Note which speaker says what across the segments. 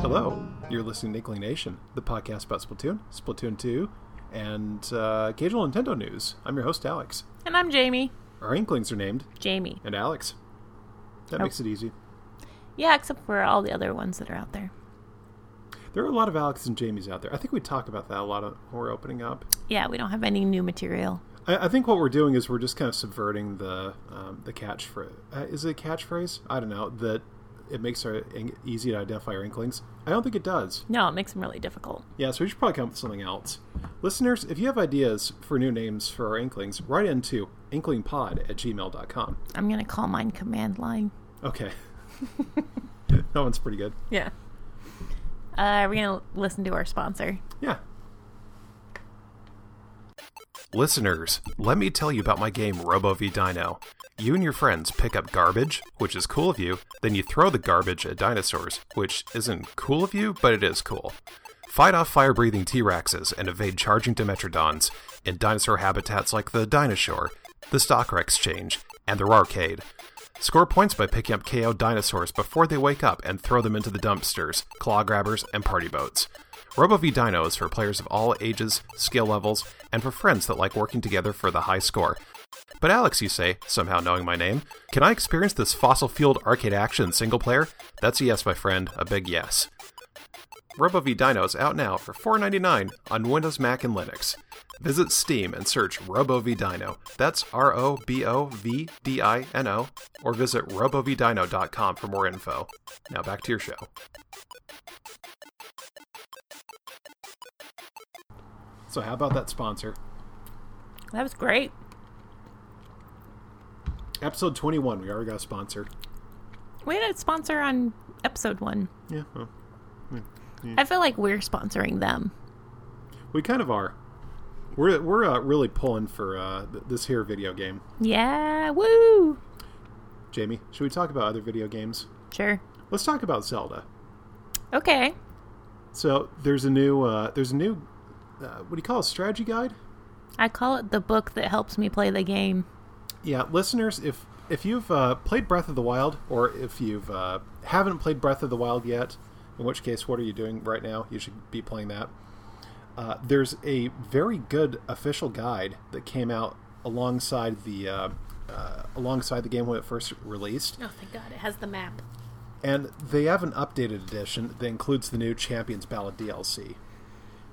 Speaker 1: Hello, you're listening to Nickling Nation, the podcast about Splatoon, Splatoon 2, and uh, occasional Nintendo news. I'm your host, Alex.
Speaker 2: And I'm Jamie.
Speaker 1: Our Inklings are named,
Speaker 2: Jamie.
Speaker 1: and Alex. That
Speaker 2: Oh.
Speaker 1: makes it easy.
Speaker 2: Yeah, except for all the other ones that are out there.
Speaker 1: There are a lot of Alex and Jamies out there. I think we talk about that a lot of, when we're opening up.
Speaker 2: Yeah, we don't have any new material.
Speaker 1: I, I think what we're doing is we're just kind of subverting the um, the catchphrase. Uh, is it a catchphrase? I don't know. That it makes our in- easy to identify our Inklings. I don't think it does.
Speaker 2: No, it makes them really difficult.
Speaker 1: Yeah, so we should probably come up with something else. Listeners, if you have ideas for new names for our Inklings, write into inklingpod at gmail.com.
Speaker 2: I'm going to call mine Command Line.
Speaker 1: Okay. that one's pretty good.
Speaker 2: Yeah. Uh, we're going to listen to our sponsor.
Speaker 1: Yeah. Listeners, let me tell you about my game Robo v Dino. You and your friends pick up garbage, which is cool of you, then you throw the garbage at dinosaurs, which isn't cool of you, but it is cool. Fight off fire breathing T Rexes and evade charging Dimetrodons in dinosaur habitats like the Dinosaur, the Stocker Exchange, and the Arcade. Score points by picking up KO dinosaurs before they wake up and throw them into the dumpsters, claw grabbers, and party boats. Robo v Dino is for players of all ages, skill levels, and for friends that like working together for the high score. But Alex, you say, somehow knowing my name, can I experience this fossil fueled arcade action single player? That's a yes, my friend, a big yes. Robo v Dino is out now for $4.99 on Windows, Mac, and Linux. Visit Steam and search Robo v Dino. That's R O B O V D I N O, or visit robovdino.com for more info. Now back to your show. So, how about that sponsor?
Speaker 2: That was great.
Speaker 1: Episode 21, we already got a sponsor.
Speaker 2: We had a sponsor on episode one.
Speaker 1: Yeah, well,
Speaker 2: I feel like we're sponsoring them.
Speaker 1: we kind of are. We're, we're uh, really pulling for uh, th- this here video game.
Speaker 2: Yeah, woo!
Speaker 1: Jamie, should we talk about other video games?
Speaker 2: Sure.
Speaker 1: Let's talk about Zelda.
Speaker 2: Okay.
Speaker 1: So there's a new uh, there's a new uh, what do you call it strategy guide?
Speaker 2: I call it the book that helps me play the game.
Speaker 1: Yeah, listeners, if if you've uh, played Breath of the Wild or if you've uh, haven't played Breath of the Wild yet, in which case, what are you doing right now? You should be playing that. Uh, there's a very good official guide that came out alongside the uh, uh, alongside the game when it first released.
Speaker 2: Oh, thank God. It has the map.
Speaker 1: and they have an updated edition that includes the new Champions Ballad DLC.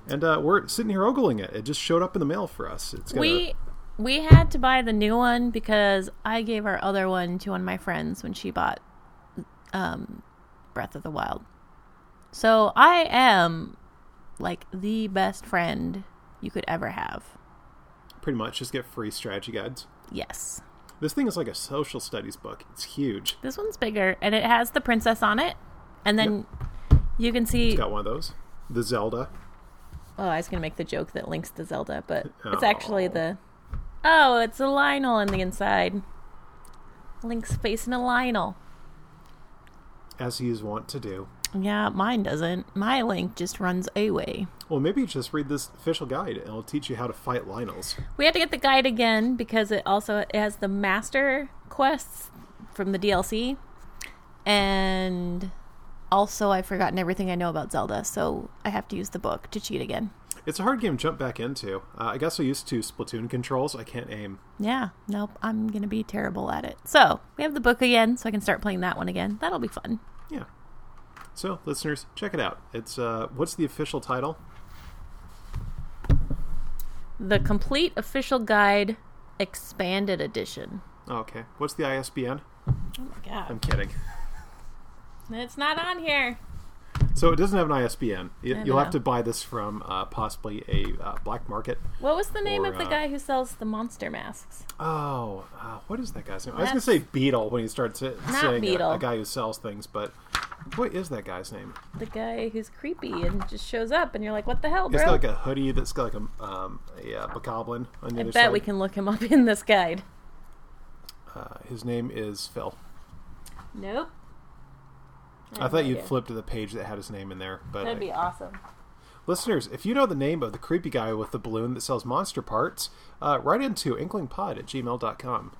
Speaker 1: And uh, we're sitting here ogling it. It just showed up in the mail for us. It's gonna,
Speaker 2: We we had to buy the new one because I gave our other one to one of my friends when she bought um, Breath of the Wild. So I am like the best friend you could ever have.
Speaker 1: pretty much just get free strategy guides.
Speaker 2: Yes.
Speaker 1: This thing is like a social studies book. It's huge.
Speaker 2: This one's bigger and it has the princess on it. And then you can see
Speaker 1: It's got one of those. The Zelda.
Speaker 2: Oh, I was going to make the joke that links to Zelda, but it's
Speaker 1: Oh.
Speaker 2: actually the Oh, it's a Lionel on the inside. Link's facing a Lionel.
Speaker 1: As he is wont to do.
Speaker 2: Yeah, mine doesn't. My link just runs away.
Speaker 1: Well, maybe just read this official guide and it'll teach you how to fight Lionels.
Speaker 2: We had to get the guide again because it also it has the master quests from the DLC, and also I've forgotten everything I know about Zelda, so I have to use the book to cheat again.
Speaker 1: It's a hard game to jump back into. Uh, I got so used to Splatoon controls, I can't aim.
Speaker 2: Yeah, nope, I'm gonna be terrible at it. So we have the book again, so I can start playing that one again. That'll be fun.
Speaker 1: Yeah. So, listeners, check it out. It's uh, what's the official title?
Speaker 2: The complete official guide, expanded edition.
Speaker 1: Oh, Okay. What's the ISBN?
Speaker 2: Oh my god,
Speaker 1: I'm kidding.
Speaker 2: it's not on here.
Speaker 1: So it doesn't have an ISBN. You,
Speaker 2: I
Speaker 1: you'll have
Speaker 2: know.
Speaker 1: to buy this from uh, possibly a uh, black market.
Speaker 2: What was the name
Speaker 1: Or,
Speaker 2: of the
Speaker 1: uh,
Speaker 2: guy who sells the monster masks?
Speaker 1: Oh, uh, what is that guy's name? I was going
Speaker 2: That's-
Speaker 1: to say Beetle when he starts sa- saying uh, a-
Speaker 2: Beetle.
Speaker 1: A, guy who sells things, but what is that guy's name?
Speaker 2: the guy who's creepy and just shows up, and you're like, "What the hell,
Speaker 1: It's
Speaker 2: bro?"
Speaker 1: got like a hoodie that's got like a, um, a uh, bokoblin on the
Speaker 2: I
Speaker 1: other
Speaker 2: bet
Speaker 1: side.
Speaker 2: we can look him up in this guide.
Speaker 1: Uh, his name is Phil.
Speaker 2: Nope.
Speaker 1: I, thought you'd
Speaker 2: idea.
Speaker 1: flip to the page that had his name in there, but
Speaker 2: That'd
Speaker 1: I-
Speaker 2: be awesome.
Speaker 1: Listeners, if you know the name of the creepy guy with the balloon that sells monster parts, uh, write into inklingpod at gmail.com.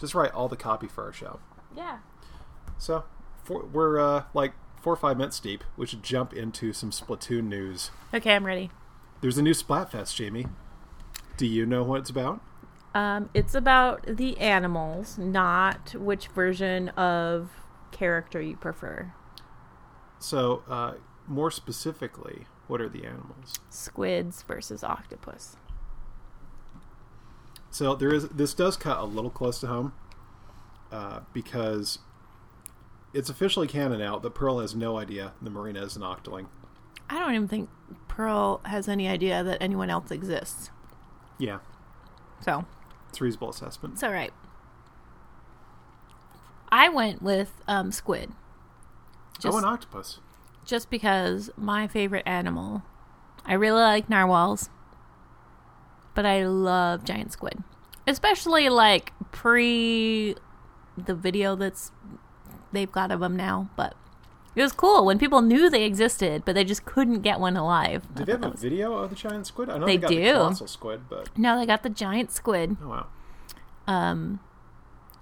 Speaker 1: Just write all the copy for our show.
Speaker 2: Yeah.
Speaker 1: So, for, we're uh, like four or five minutes deep, we should jump into some Splatoon news.
Speaker 2: Okay, I'm ready.
Speaker 1: There's a new Splatfest, Jamie. Do you know what it's about?
Speaker 2: Um, it's about the animals, not which version of character you prefer.
Speaker 1: So, uh, more specifically, what are the animals?
Speaker 2: Squids versus octopus.
Speaker 1: So there is this does cut a little close to home uh, because it's officially canon out that Pearl has no idea the marina is an octoling.
Speaker 2: I don't even think Pearl has any idea that anyone else exists.
Speaker 1: Yeah,
Speaker 2: So
Speaker 1: it's a reasonable assessment.
Speaker 2: it's all right. I went with um, squid.
Speaker 1: oh,
Speaker 2: Just,
Speaker 1: an octopus.
Speaker 2: just because my favorite animal. I really like narwhals, but I love giant squid. Especially like pre the video that's they've got of them now, but it was cool when people knew they existed, but they just couldn't get one alive. I
Speaker 1: Do they
Speaker 2: thought
Speaker 1: have a
Speaker 2: that was-
Speaker 1: video of the giant squid? I know
Speaker 2: They
Speaker 1: got the
Speaker 2: do.
Speaker 1: colossal squid, but
Speaker 2: no, they got the giant squid.
Speaker 1: oh wow,
Speaker 2: Um,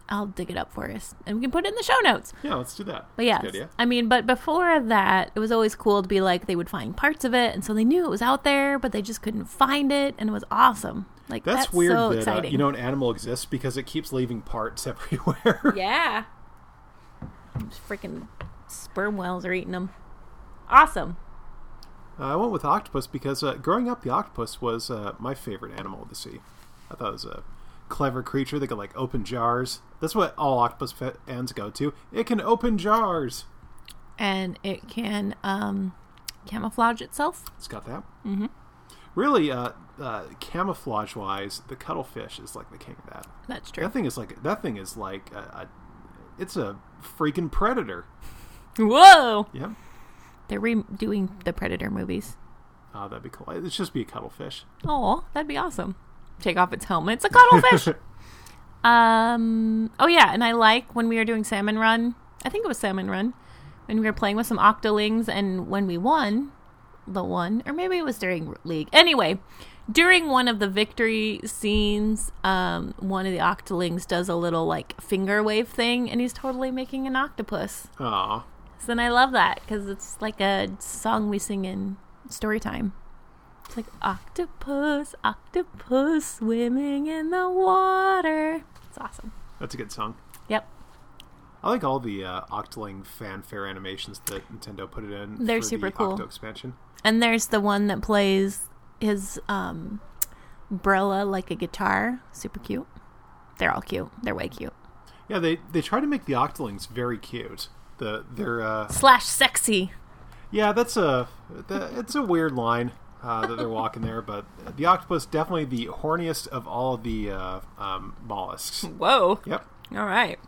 Speaker 2: I'll dig it up for us, and we can put it in the show notes.
Speaker 1: yeah, let's do that.
Speaker 2: But
Speaker 1: That's
Speaker 2: yes,
Speaker 1: a good idea.
Speaker 2: I mean, but before that, it was always cool to be like they would find parts of it, and so they knew it was out there, but they just couldn't find it, and it was awesome. Like
Speaker 1: That's,
Speaker 2: that's,
Speaker 1: weird
Speaker 2: so
Speaker 1: that uh,
Speaker 2: exciting.
Speaker 1: you know an animal exists because it keeps leaving parts everywhere.
Speaker 2: yeah, freaking sperm whales are eating them. Awesome.
Speaker 1: Uh, I went with octopus because uh, growing up, the octopus was uh, my favorite animal of the sea. I thought it was a clever creature that could like open jars. That's what all octopus fa- fans go to. It can open jars.
Speaker 2: And it can um, camouflage itself.
Speaker 1: It's got that. Mm-hmm. Really, uh, uh, camouflage-wise, the cuttlefish is like the king of that.
Speaker 2: That's true.
Speaker 1: That thing is like that thing is like a, a, it's a freaking predator.
Speaker 2: Whoa!
Speaker 1: Yeah,
Speaker 2: They're redoing the Predator movies.
Speaker 1: oh, that'd be cool. It'd just be a cuttlefish.
Speaker 2: Oh, that'd be awesome. Take off its helmet. It's a cuttlefish. um. Oh yeah, and I like when we were doing Salmon Run. I think it was Salmon Run when we were playing with some octolings, and when we won the one, or maybe it was during league. Anyway, during one of the victory scenes, um, one of the octolings does a little like finger wave thing, and he's totally making an octopus.
Speaker 1: Aw,
Speaker 2: So then I love that because it's like a song we sing in story time. It's like octopus, octopus swimming in the water. It's awesome.
Speaker 1: that's a good song.
Speaker 2: Yep.
Speaker 1: I like all the uh, Octoling fanfare animations that Nintendo put it in.
Speaker 2: They're
Speaker 1: for
Speaker 2: super
Speaker 1: the
Speaker 2: cool.
Speaker 1: Octo expansion.
Speaker 2: And there's the one that plays his um umbrella like a guitar. Super cute. They're all cute. They're way cute.
Speaker 1: Yeah, they they try to make the Octolings very cute. The they're uh,
Speaker 2: Slash sexy.
Speaker 1: yeah, that's a that, it's a weird line uh, that they're walking there, but the octopus definitely the horniest of all the uh, um, mollusks.
Speaker 2: Whoa.
Speaker 1: Yep,
Speaker 2: All right.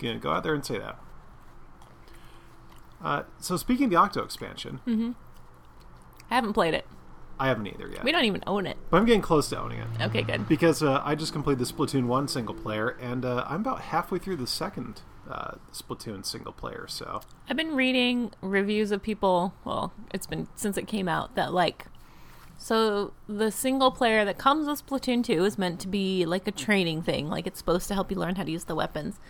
Speaker 1: gonna go out there and say that. Uh, so speaking of the Octo expansion,
Speaker 2: Mm-hmm. I haven't played it.
Speaker 1: I haven't either yet,
Speaker 2: We don't even own it.
Speaker 1: but I'm getting close to owning it.
Speaker 2: Okay, good.
Speaker 1: because uh, I just completed the Splatoon one single player, and uh, I'm about halfway through the second uh, Splatoon single player. So
Speaker 2: I've been reading reviews of people, well, it's been since it came out, that like, so the single player that comes with Splatoon 2 is meant to be like a training thing. Like, it's supposed to help you learn how to use the weapons.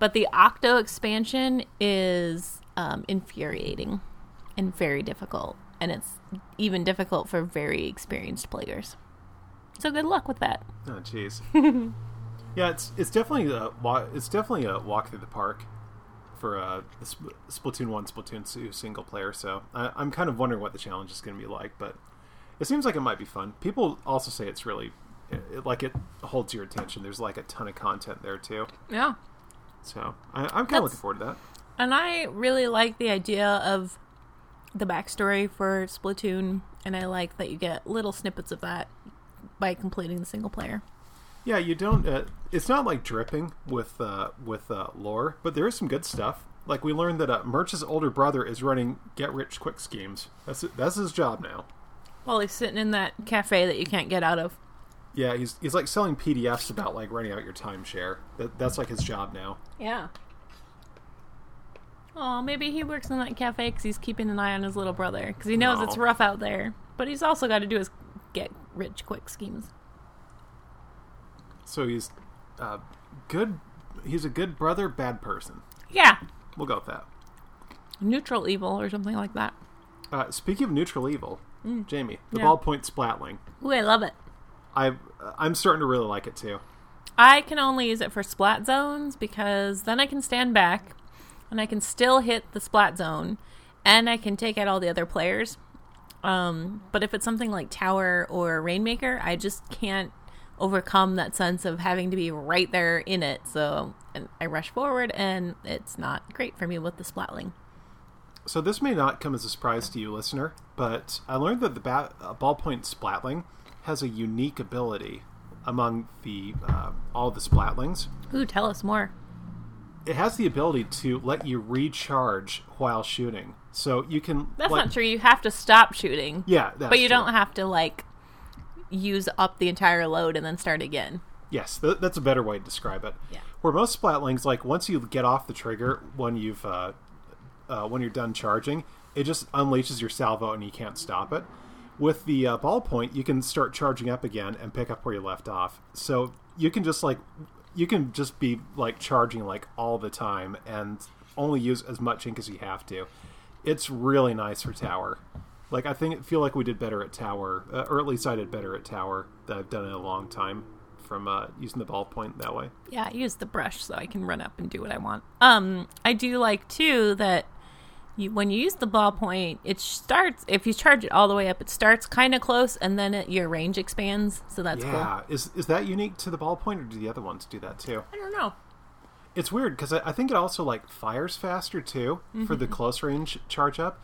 Speaker 2: But the Octo expansion is um, infuriating and very difficult. And it's even difficult for very experienced players. So good luck with that.
Speaker 1: oh jeez, yeah, it's it's definitely a wa- it's definitely a walk through the park for uh, the Spl- Splatoon one Splatoon two single player. So I, I'm kind of wondering what the challenge is going to be like, but it seems like it might be fun. People also say it's really it, like it holds your attention. There's like a ton of content there too.
Speaker 2: Yeah.
Speaker 1: So I, I'm kind
Speaker 2: That's-
Speaker 1: of looking forward to that.
Speaker 2: And I really like the idea of the backstory for Splatoon, and I like that you get little snippets of that by completing the single player.
Speaker 1: Yeah, you don't. Uh, it's not like dripping with uh, with uh, lore, but there is some good stuff. Like we learned that uh, Murch's older brother is running get rich quick schemes. That's that's his job now.
Speaker 2: While he's sitting in that cafe that you can't get out of.
Speaker 1: Yeah, he's he's like selling PDFs about like renting out your timeshare. That that's like his job now.
Speaker 2: Yeah. Oh, maybe he works in that cafe because he's keeping an eye on his little brother because he knows
Speaker 1: No.
Speaker 2: it's rough out there. But he's also got to do his get rich quick schemes.
Speaker 1: So he's uh, good. He's a good brother, bad person.
Speaker 2: Yeah,
Speaker 1: We'll go with that.
Speaker 2: neutral evil or something like that.
Speaker 1: Uh, speaking of neutral evil, Jamie, the
Speaker 2: Yeah.
Speaker 1: ballpoint splatling.
Speaker 2: Ooh, I love it.
Speaker 1: I I'm starting to really like it too.
Speaker 2: I can only use it for splat zones because then I can stand back and I can still hit the splat zone and I can take out all the other players. Um, but if it's something like Tower or Rainmaker, I just can't overcome that sense of having to be right there in it. So and I rush forward and it's not great for me with the splatling.
Speaker 1: So this may not come as a surprise to you, listener, but I learned that the ba- uh, ballpoint splatling has a unique ability among the uh, all the splatlings.
Speaker 2: Ooh, tell us more.
Speaker 1: It has the ability to let you recharge while shooting, so you can.
Speaker 2: That's
Speaker 1: like-
Speaker 2: not true. You have to stop shooting.
Speaker 1: Yeah, that's
Speaker 2: But you
Speaker 1: true.
Speaker 2: don't have to like use up the entire load and then start again.
Speaker 1: Yes, th- that's a better way to describe it.
Speaker 2: Yeah.
Speaker 1: Where most splatlings, like once you get off the trigger, when you've uh, uh, when you're done charging, it just unleashes your salvo and you can't stop it. With the uh, ballpoint, you can start charging up again and pick up where you left off. So you can just like you can just be like charging like all the time and only use as much ink as you have to. It's really nice for tower. Like I think feel like we did better at tower, uh, or at least I did better at tower than I've done in a long time from uh, using the ballpoint that way.
Speaker 2: Yeah, I use the brush so I can run up and do what I want. Um, I do like too that you, when you use the ballpoint, it starts if you charge it all the way up, it starts kind of close, and then it, your range expands. So that's cool.
Speaker 1: Yeah, is is that unique to the ballpoint, or do the other ones do that too?
Speaker 2: I don't know.
Speaker 1: It's weird because I, I think it also like fires faster too for the close range charge up,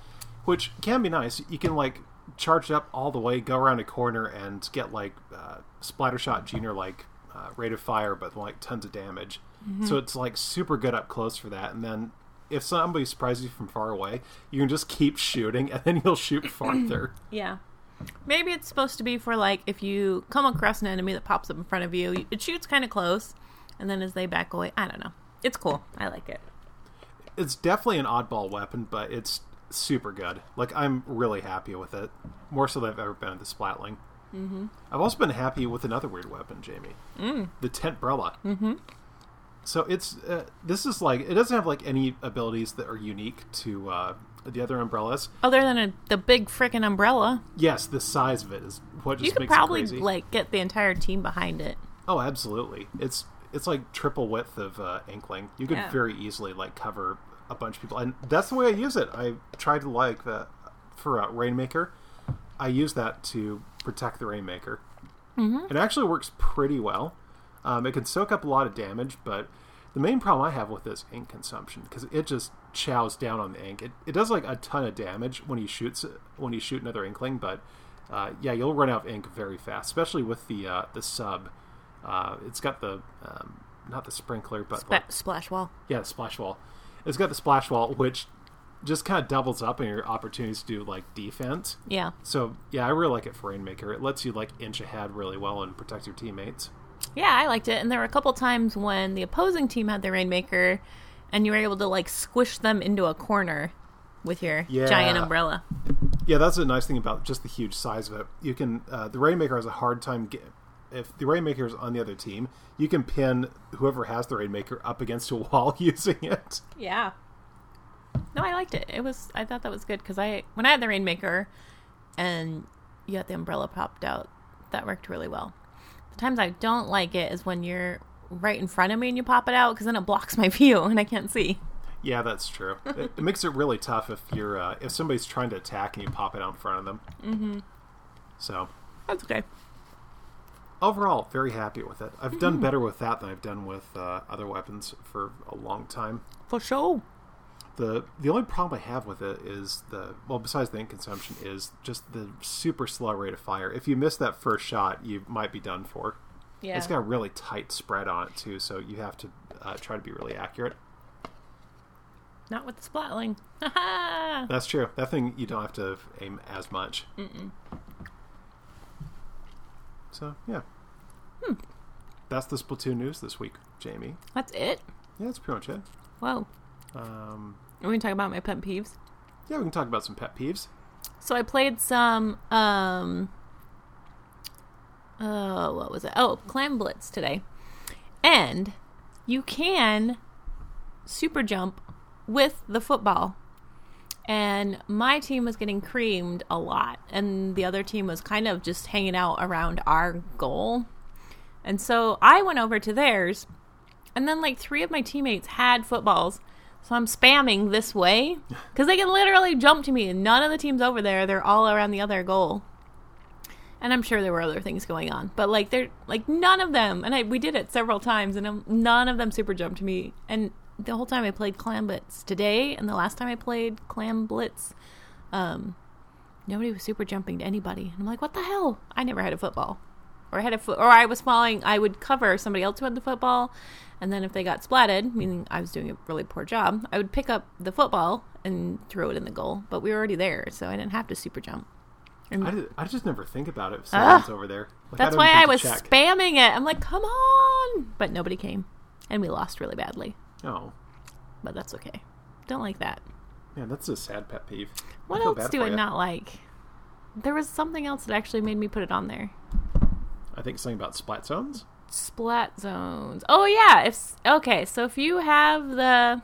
Speaker 1: which can be nice. You can like charge it up all the way, go around a corner, and get like uh, splatter shot junior like uh, rate of fire, but like tons of damage. So it's like super good up close for that, and then. If somebody surprises you from far away, you can just keep shooting, and then you'll shoot farther.
Speaker 2: Yeah, maybe it's supposed to be for like if you come across an enemy that pops up in front of you, it shoots kind of close, and then as they back away, I don't know. It's cool. I like it.
Speaker 1: it's definitely an oddball weapon, but it's super good. Like I'm really happy with it, more so than I've ever been with the splatling. Mm-hmm. I've also been happy with another weird weapon, Jamie, mm. the tentbrella. Mm-hmm. So it's uh, this is like it doesn't have like any abilities that are unique to uh, the other umbrellas.
Speaker 2: Other than a, the big frickin' umbrella,
Speaker 1: Yes, the size of it is what just
Speaker 2: you could
Speaker 1: makes
Speaker 2: probably
Speaker 1: it crazy.
Speaker 2: like get the entire team behind it.
Speaker 1: Oh, absolutely. It's it's like triple width of uh, inkling. You could
Speaker 2: Yeah.
Speaker 1: very easily like cover a bunch of people, and that's the way I use it. I tried to like that for uh, rainmaker. I use that to protect the rainmaker. It actually works pretty well. Um, it can soak up a lot of damage, but the main problem I have with this ink consumption because it just chows down on the ink. It, it does like a ton of damage when you shoots when you shoot another inkling, but uh, yeah, you'll run out of ink very fast, especially with the uh, the sub. Uh, it's got the um, not the sprinkler, but like,
Speaker 2: Spa- splash wall.
Speaker 1: yeah, the splash wall. It's got the splash wall, which just kind of doubles up on your opportunities to do like defense.
Speaker 2: Yeah.
Speaker 1: So yeah, I really like it for Rainmaker. It lets you like inch ahead really well and protect your teammates.
Speaker 2: Yeah, I liked it. And there were a couple times when the opposing team had the Rainmaker and you were able to like squish them into a corner with your
Speaker 1: Yeah.
Speaker 2: giant umbrella.
Speaker 1: Yeah, that's the nice thing about just the huge size of it. You can uh, the Rainmaker has a hard time get if the Rainmaker is on the other team, you can pin whoever has the Rainmaker up against a wall using it.
Speaker 2: Yeah. No, I liked it. It was I thought that was good cuz I when I had the Rainmaker and you had the umbrella popped out, that worked really well. The times I don't like it is when you're right in front of me and you pop it out cuz then it blocks my view and I can't see.
Speaker 1: Yeah, that's true. it, it makes it really tough if you're uh, if somebody's trying to attack and you pop it out in front of them. Mm-hmm. So
Speaker 2: That's okay.
Speaker 1: overall, very happy with it. I've done better with that than I've done with uh, other weapons for a long time.
Speaker 2: For sure.
Speaker 1: the the only problem I have with it is the well besides the ink consumption is just the super slow rate of fire. If you miss that first shot, you might be done for.
Speaker 2: Yeah.
Speaker 1: It's got a really tight spread on it too, so you have to uh, try to be really accurate.
Speaker 2: Not with the splatling.
Speaker 1: That's true. That thing you don't have to aim as much. Mm-mm. So yeah,
Speaker 2: Hmm.
Speaker 1: that's the Splatoon news this week, Jamie.
Speaker 2: That's it.
Speaker 1: Yeah, that's pretty much it.
Speaker 2: Whoa.
Speaker 1: Um,
Speaker 2: Are we gonna talk about my pet peeves?
Speaker 1: yeah, we can talk about some pet peeves.
Speaker 2: So I played some um uh what was it? Oh, Clan Blitz today. And you can super jump with the football. and my team was getting creamed a lot, and the other team was kind of just hanging out around our goal. And so I went over to theirs, and then like three of my teammates had footballs. So I'm spamming this way because they can literally jump to me, and none of the team's over there. They're all around the other goal. And I'm sure there were other things going on, but like they're like none of them. And I, we did it several times, and um none of them super jumped to me. And the whole time I played Clam Blitz today, and the last time I played Clam Blitz, um, nobody was super jumping to anybody. And I'm like, what the hell? I never had a football, or I had a foot, or I was falling. I would cover somebody else who had the football, and then if they got splatted, meaning I was doing a really poor job, I would pick up the football and throw it in the goal. But we were already there, so I didn't have to super jump. And
Speaker 1: I, did- I just never think about it if someone's over there. Like,
Speaker 2: Ah, that's
Speaker 1: don't
Speaker 2: why
Speaker 1: even
Speaker 2: I was
Speaker 1: check.
Speaker 2: spamming it. I'm like, come on! But nobody came, and we lost really badly.
Speaker 1: oh,
Speaker 2: But that's okay. Don't like that.
Speaker 1: man, that's a sad pet peeve. I
Speaker 2: What
Speaker 1: feel
Speaker 2: else
Speaker 1: bad
Speaker 2: do
Speaker 1: for
Speaker 2: I
Speaker 1: ya.
Speaker 2: not like? There was something else that actually made me put it on there.
Speaker 1: I think something about splat zones.
Speaker 2: Splat zones. Oh yeah. If s- okay, so if you have the,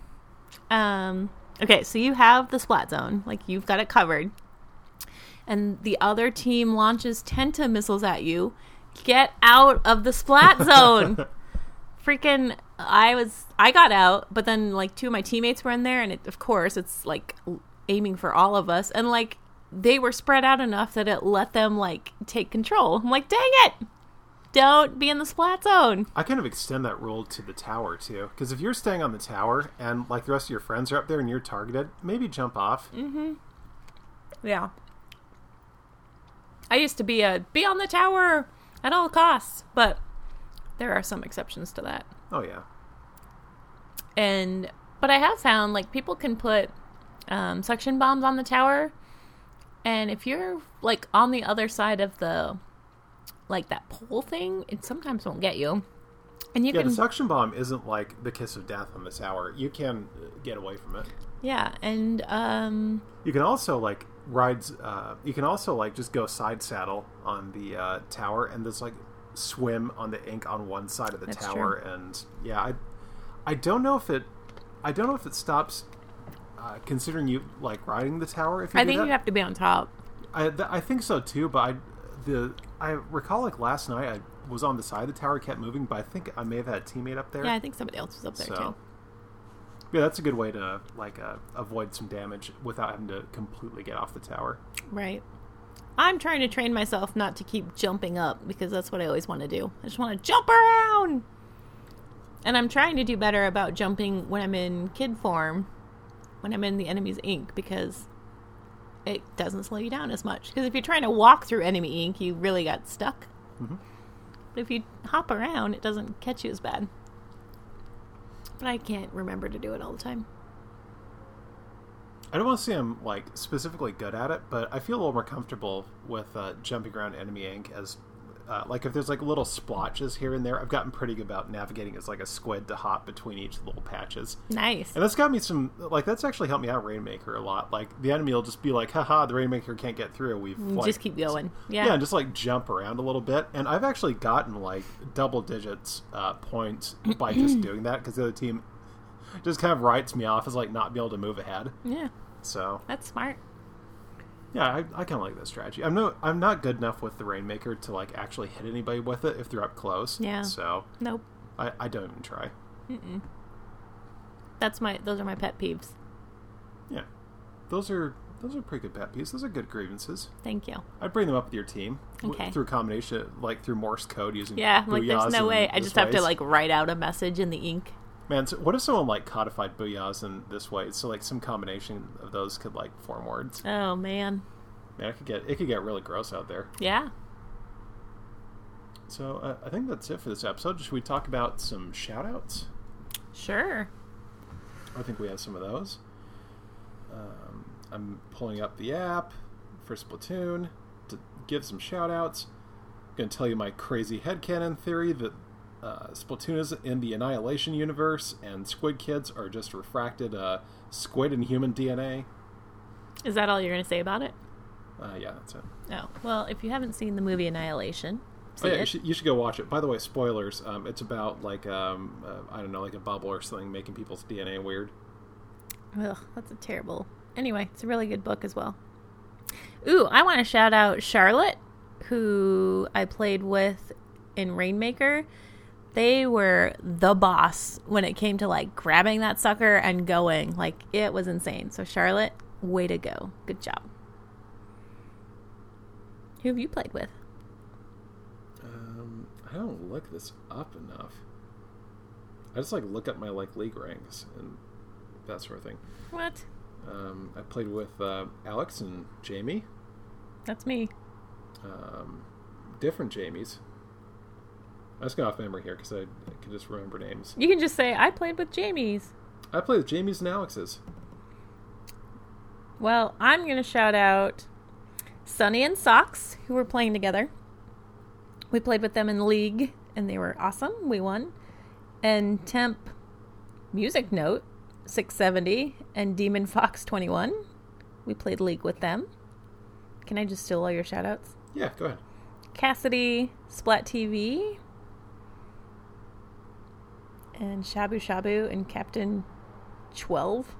Speaker 2: um, okay, so you have the splat zone, like you've got it covered, and the other team launches tenta missiles at you. Get out of the splat zone. freaking i was i got out but then like two of my teammates were in there and it, of course it's like l- aiming for all of us and like they were spread out enough that it let them like take control i'm like dang it don't be in the splat zone
Speaker 1: I kind of extend that rule to the tower too, because if you're staying on the tower and like the rest of your friends are up there and you're targeted, maybe jump off.
Speaker 2: Mm. yeah i used to be a be on the tower at all costs but there are some exceptions to that
Speaker 1: Oh yeah,
Speaker 2: and but I have found like people can put um, suction bombs on the tower, and if you're like on the other side of the like that pole thing, it sometimes won't get you, and you
Speaker 1: yeah.
Speaker 2: can
Speaker 1: The suction bomb isn't like the kiss of death on the tower. You can uh, get away from it.
Speaker 2: yeah, and um
Speaker 1: You can also like rides. Uh, you can also like just go side saddle on the uh, tower and just like swim on the ink on one side of the
Speaker 2: That's
Speaker 1: tower. And yeah, I I don't know if it. I don't know if it stops. Uh, considering you like riding the tower, if you
Speaker 2: I
Speaker 1: do
Speaker 2: think
Speaker 1: that.
Speaker 2: you have to be on top.
Speaker 1: I, th- I think so too, but I the I recall like last night I was on the side of the tower, kept moving, but I think I may have had a teammate up there.
Speaker 2: Yeah, I think somebody else was up there
Speaker 1: so
Speaker 2: too.
Speaker 1: yeah, that's a good way to like uh, avoid some damage without having to completely get off the tower.
Speaker 2: Right. I'm trying to train myself not to keep jumping up because that's what I always want to do. I just want to jump around. And I'm trying to do better about jumping when I'm in kid form, when I'm in the enemy's ink, because it doesn't slow you down as much. Because if you're trying to walk through enemy ink, you really got stuck.
Speaker 1: Mm-hmm.
Speaker 2: But if you hop around, it doesn't catch you as bad. But I can't remember to do it all the time.
Speaker 1: I don't want to say I'm like specifically good at it, but I feel a little more comfortable with uh, jumping around enemy ink as. Uh, like if there's like little splotches here and there, I've gotten pretty good about navigating as like a squid to hop between each little patches.
Speaker 2: Nice.
Speaker 1: And that's got me some like that's actually helped me out Rainmaker a lot. Like the enemy will just be like, haha, the Rainmaker can't get through. We've like,
Speaker 2: Mm, Just keep going.
Speaker 1: Yeah. and just like jump around a little bit. And I've actually gotten like double digits uh, points by just doing that because the other team just kind of writes me off as like not being able to move ahead.
Speaker 2: yeah.
Speaker 1: So
Speaker 2: That's smart.
Speaker 1: yeah, I, I kind of like that strategy. I'm no, I'm not good enough with the Rainmaker to like actually hit anybody with it if they're up close.
Speaker 2: Yeah.
Speaker 1: So
Speaker 2: Nope.
Speaker 1: I, I don't even try.
Speaker 2: That's my those are my pet peeves.
Speaker 1: Yeah, those are those are pretty good pet peeves. Those are good grievances.
Speaker 2: Thank you.
Speaker 1: I'd bring them up with your team w-
Speaker 2: Okay.
Speaker 1: through combination, like through Morse code using.
Speaker 2: Yeah, I'm like
Speaker 1: booyahs
Speaker 2: there's no
Speaker 1: and
Speaker 2: way. I
Speaker 1: this
Speaker 2: just have to
Speaker 1: ways.
Speaker 2: like write out a message in the ink.
Speaker 1: Man, so what if someone like codified booyahs in this way? So like some combination of those could like form words.
Speaker 2: Oh man.
Speaker 1: Man, it could get it could get really gross out there.
Speaker 2: Yeah.
Speaker 1: So uh, I think that's it for this episode. Should we talk about some shout outs?
Speaker 2: Sure.
Speaker 1: I think we have some of those. Um, I'm pulling up the app for Splatoon to give some shout outs. I'm going to tell you my crazy headcanon theory that uh, Splatoon is in the Annihilation universe and Squid Kids are just refracted uh, squid and human DNA.
Speaker 2: Is that all you're gonna say about it?
Speaker 1: Uh, yeah, that's it.
Speaker 2: Oh. Well, if you haven't seen the movie Annihilation, see
Speaker 1: Oh, yeah, you
Speaker 2: it.
Speaker 1: should, you should go watch it. By the way, spoilers. Um, it's about like um, uh, I don't know, like a bubble or something making people's DNA weird.
Speaker 2: Ugh, that's a terrible anyway, it's a really good book as well. Ooh, I want to shout out Charlotte, who I played with in Rainmaker. They were the boss when it came to like grabbing that sucker and going. Like it was insane. So Charlotte, way to go. Good job. Who have you played with?
Speaker 1: Um, I don't look this up enough. I just like look up my like league ranks and that sort of thing.
Speaker 2: What?
Speaker 1: Um, I played with uh, Alex and Jamie,
Speaker 2: That's me.
Speaker 1: um, different Jamies. I just go off memory here because I, I can just remember names.
Speaker 2: You can just say I played with Jamie's.
Speaker 1: I played with Jamies and Alexes.
Speaker 2: Well, I'm going to shout out Sunny and Socks, who were playing together. We played with them in League, and they were awesome. We won. And Temp Music Note 670 and Demon Fox 21. We played League with them. Can I just steal all your shout outs?
Speaker 1: Yeah, go ahead.
Speaker 2: Cassidy, Splat TV, and Shabu Shabu and Captain 12.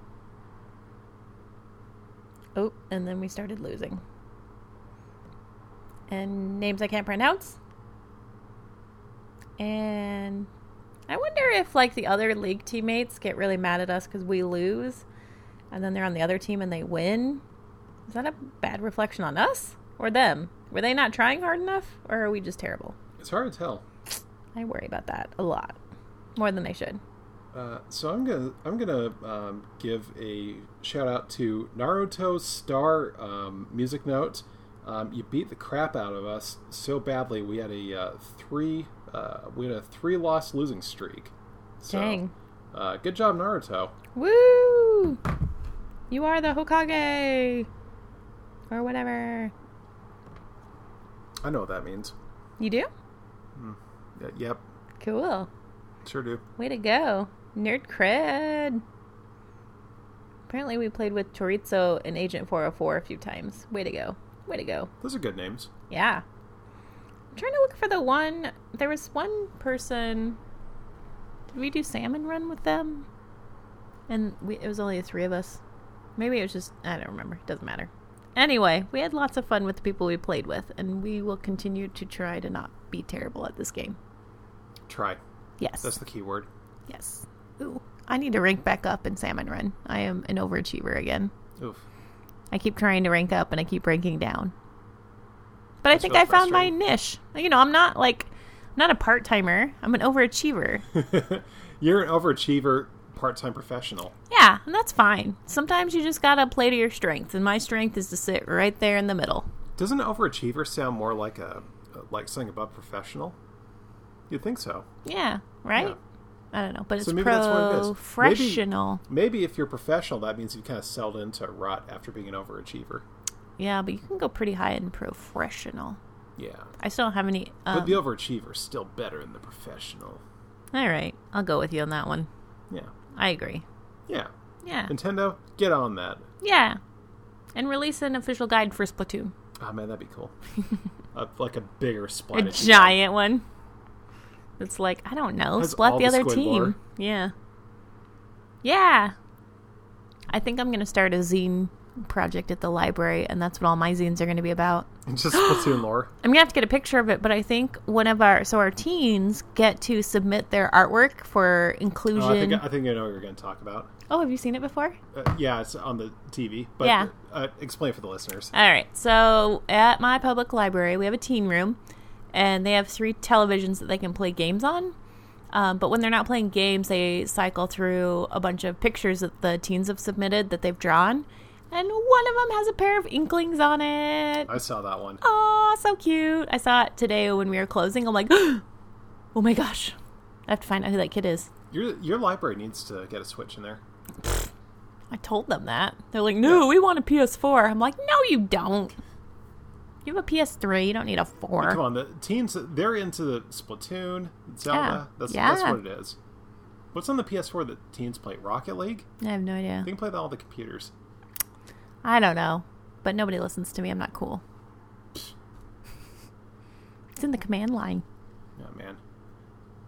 Speaker 2: Oh, and then we started losing. And names I can't pronounce. And I wonder if like the other league teammates get really mad at us because we lose, and then they're on the other team and they win. Is that a bad reflection on us or them? Were they not trying hard enough, or are we just terrible?
Speaker 1: It's hard to tell.
Speaker 2: I worry about that a lot, more than they should.
Speaker 1: Uh, so I'm gonna I'm gonna um, give a shout out to Naruto Star um, Music Note. Um, you beat the crap out of us so badly. We had a uh, three uh, we had a three loss losing streak. So,
Speaker 2: Dang.
Speaker 1: Uh, good job, Naruto.
Speaker 2: Woo! You are the Hokage, or whatever
Speaker 1: I know what that means.
Speaker 2: you do.
Speaker 1: Y- yep,
Speaker 2: Cool.
Speaker 1: sure do.
Speaker 2: Way to go, nerd cred. Apparently, we played with Chorizo and Agent 404 a few times. Way to go. Way to go.
Speaker 1: Those are good names.
Speaker 2: Yeah. I'm trying to look for the one. There was one person. Did we do Salmon Run with them? And we, it was only the three of us. Maybe it was just. I don't remember. It doesn't matter. Anyway, we had lots of fun with the people we played with, and we will continue to try to not be terrible at this game.
Speaker 1: Try.
Speaker 2: Yes.
Speaker 1: That's the key word.
Speaker 2: yes. Ooh. I need to rank back up in Salmon Run. I am an overachiever again.
Speaker 1: Oof.
Speaker 2: I keep trying to rank up and I keep ranking down. But I
Speaker 1: That's
Speaker 2: think
Speaker 1: so
Speaker 2: I found my
Speaker 1: frustrating.
Speaker 2: niche. You know, I'm not like I'm not a part timer. I'm an overachiever.
Speaker 1: You're an overachiever, part time professional.
Speaker 2: yeah, and that's fine. Sometimes you just gotta play to your strengths, and my strength is to sit right there in the middle.
Speaker 1: Doesn't overachiever sound more like a like something above professional? You'd think so.
Speaker 2: Yeah, right?
Speaker 1: Yeah.
Speaker 2: I don't know, but it's
Speaker 1: So maybe that's what it is. Maybe-
Speaker 2: professional.
Speaker 1: Maybe if you're professional, that means you've kind of settled into a rut after being an overachiever.
Speaker 2: Yeah, but you can go pretty high in professional.
Speaker 1: Yeah.
Speaker 2: I still don't have any.
Speaker 1: But
Speaker 2: Um,
Speaker 1: the overachiever's still better than the professional.
Speaker 2: all right, I'll go with you on that one.
Speaker 1: Yeah.
Speaker 2: I agree.
Speaker 1: Yeah.
Speaker 2: Yeah,
Speaker 1: Nintendo, get on that.
Speaker 2: yeah, and release an official guide for Splatoon.
Speaker 1: Oh, man, that'd be cool. a, like a bigger
Speaker 2: a
Speaker 1: splat. if you will.
Speaker 2: giant one. It's like I don't know,
Speaker 1: Has
Speaker 2: splat
Speaker 1: all
Speaker 2: the
Speaker 1: the
Speaker 2: other
Speaker 1: squid
Speaker 2: team.
Speaker 1: lore.
Speaker 2: Yeah, yeah. I think I'm gonna start a zine project at the library, and that's what all my zines are gonna be about.
Speaker 1: Just Splatoon lore.
Speaker 2: I'm gonna have to get a picture of it, but I think one of our so our teens get to submit their artwork for inclusion.
Speaker 1: Oh,
Speaker 2: Oh,
Speaker 1: I think I think I know what you're going to talk about.
Speaker 2: have you seen it before?
Speaker 1: Uh, yeah, it's on the TV. But
Speaker 2: Yeah. Uh,
Speaker 1: uh, explain for the listeners.
Speaker 2: All right. So at my public library, we have a teen room, and they have three televisions that they can play games on. Um, but when they're not playing games, they cycle through a bunch of pictures that the teens have submitted that they've drawn, and one of them has a pair of inklings on it.
Speaker 1: I saw that one.
Speaker 2: Oh, so cute! I saw it today when we were closing. I'm like, oh my gosh, I have to find out who that kid is.
Speaker 1: Your your library needs to get a switch in there.
Speaker 2: I told them that. They're like, no, we want a PS4. I'm like, no, you don't. You have a PS3. You don't need a four.
Speaker 1: Come on, the teens they're into the Splatoon, Zelda.
Speaker 2: Yeah.
Speaker 1: That's that's
Speaker 2: Yeah.
Speaker 1: what it is. What's on the PS4 that teens play? Rocket League?
Speaker 2: I have no idea.
Speaker 1: They can play that on all the computers.
Speaker 2: I don't know. But nobody listens to me. I'm not cool. It's in the command line.
Speaker 1: Oh man.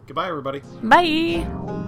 Speaker 1: Goodbye everybody.
Speaker 2: Bye.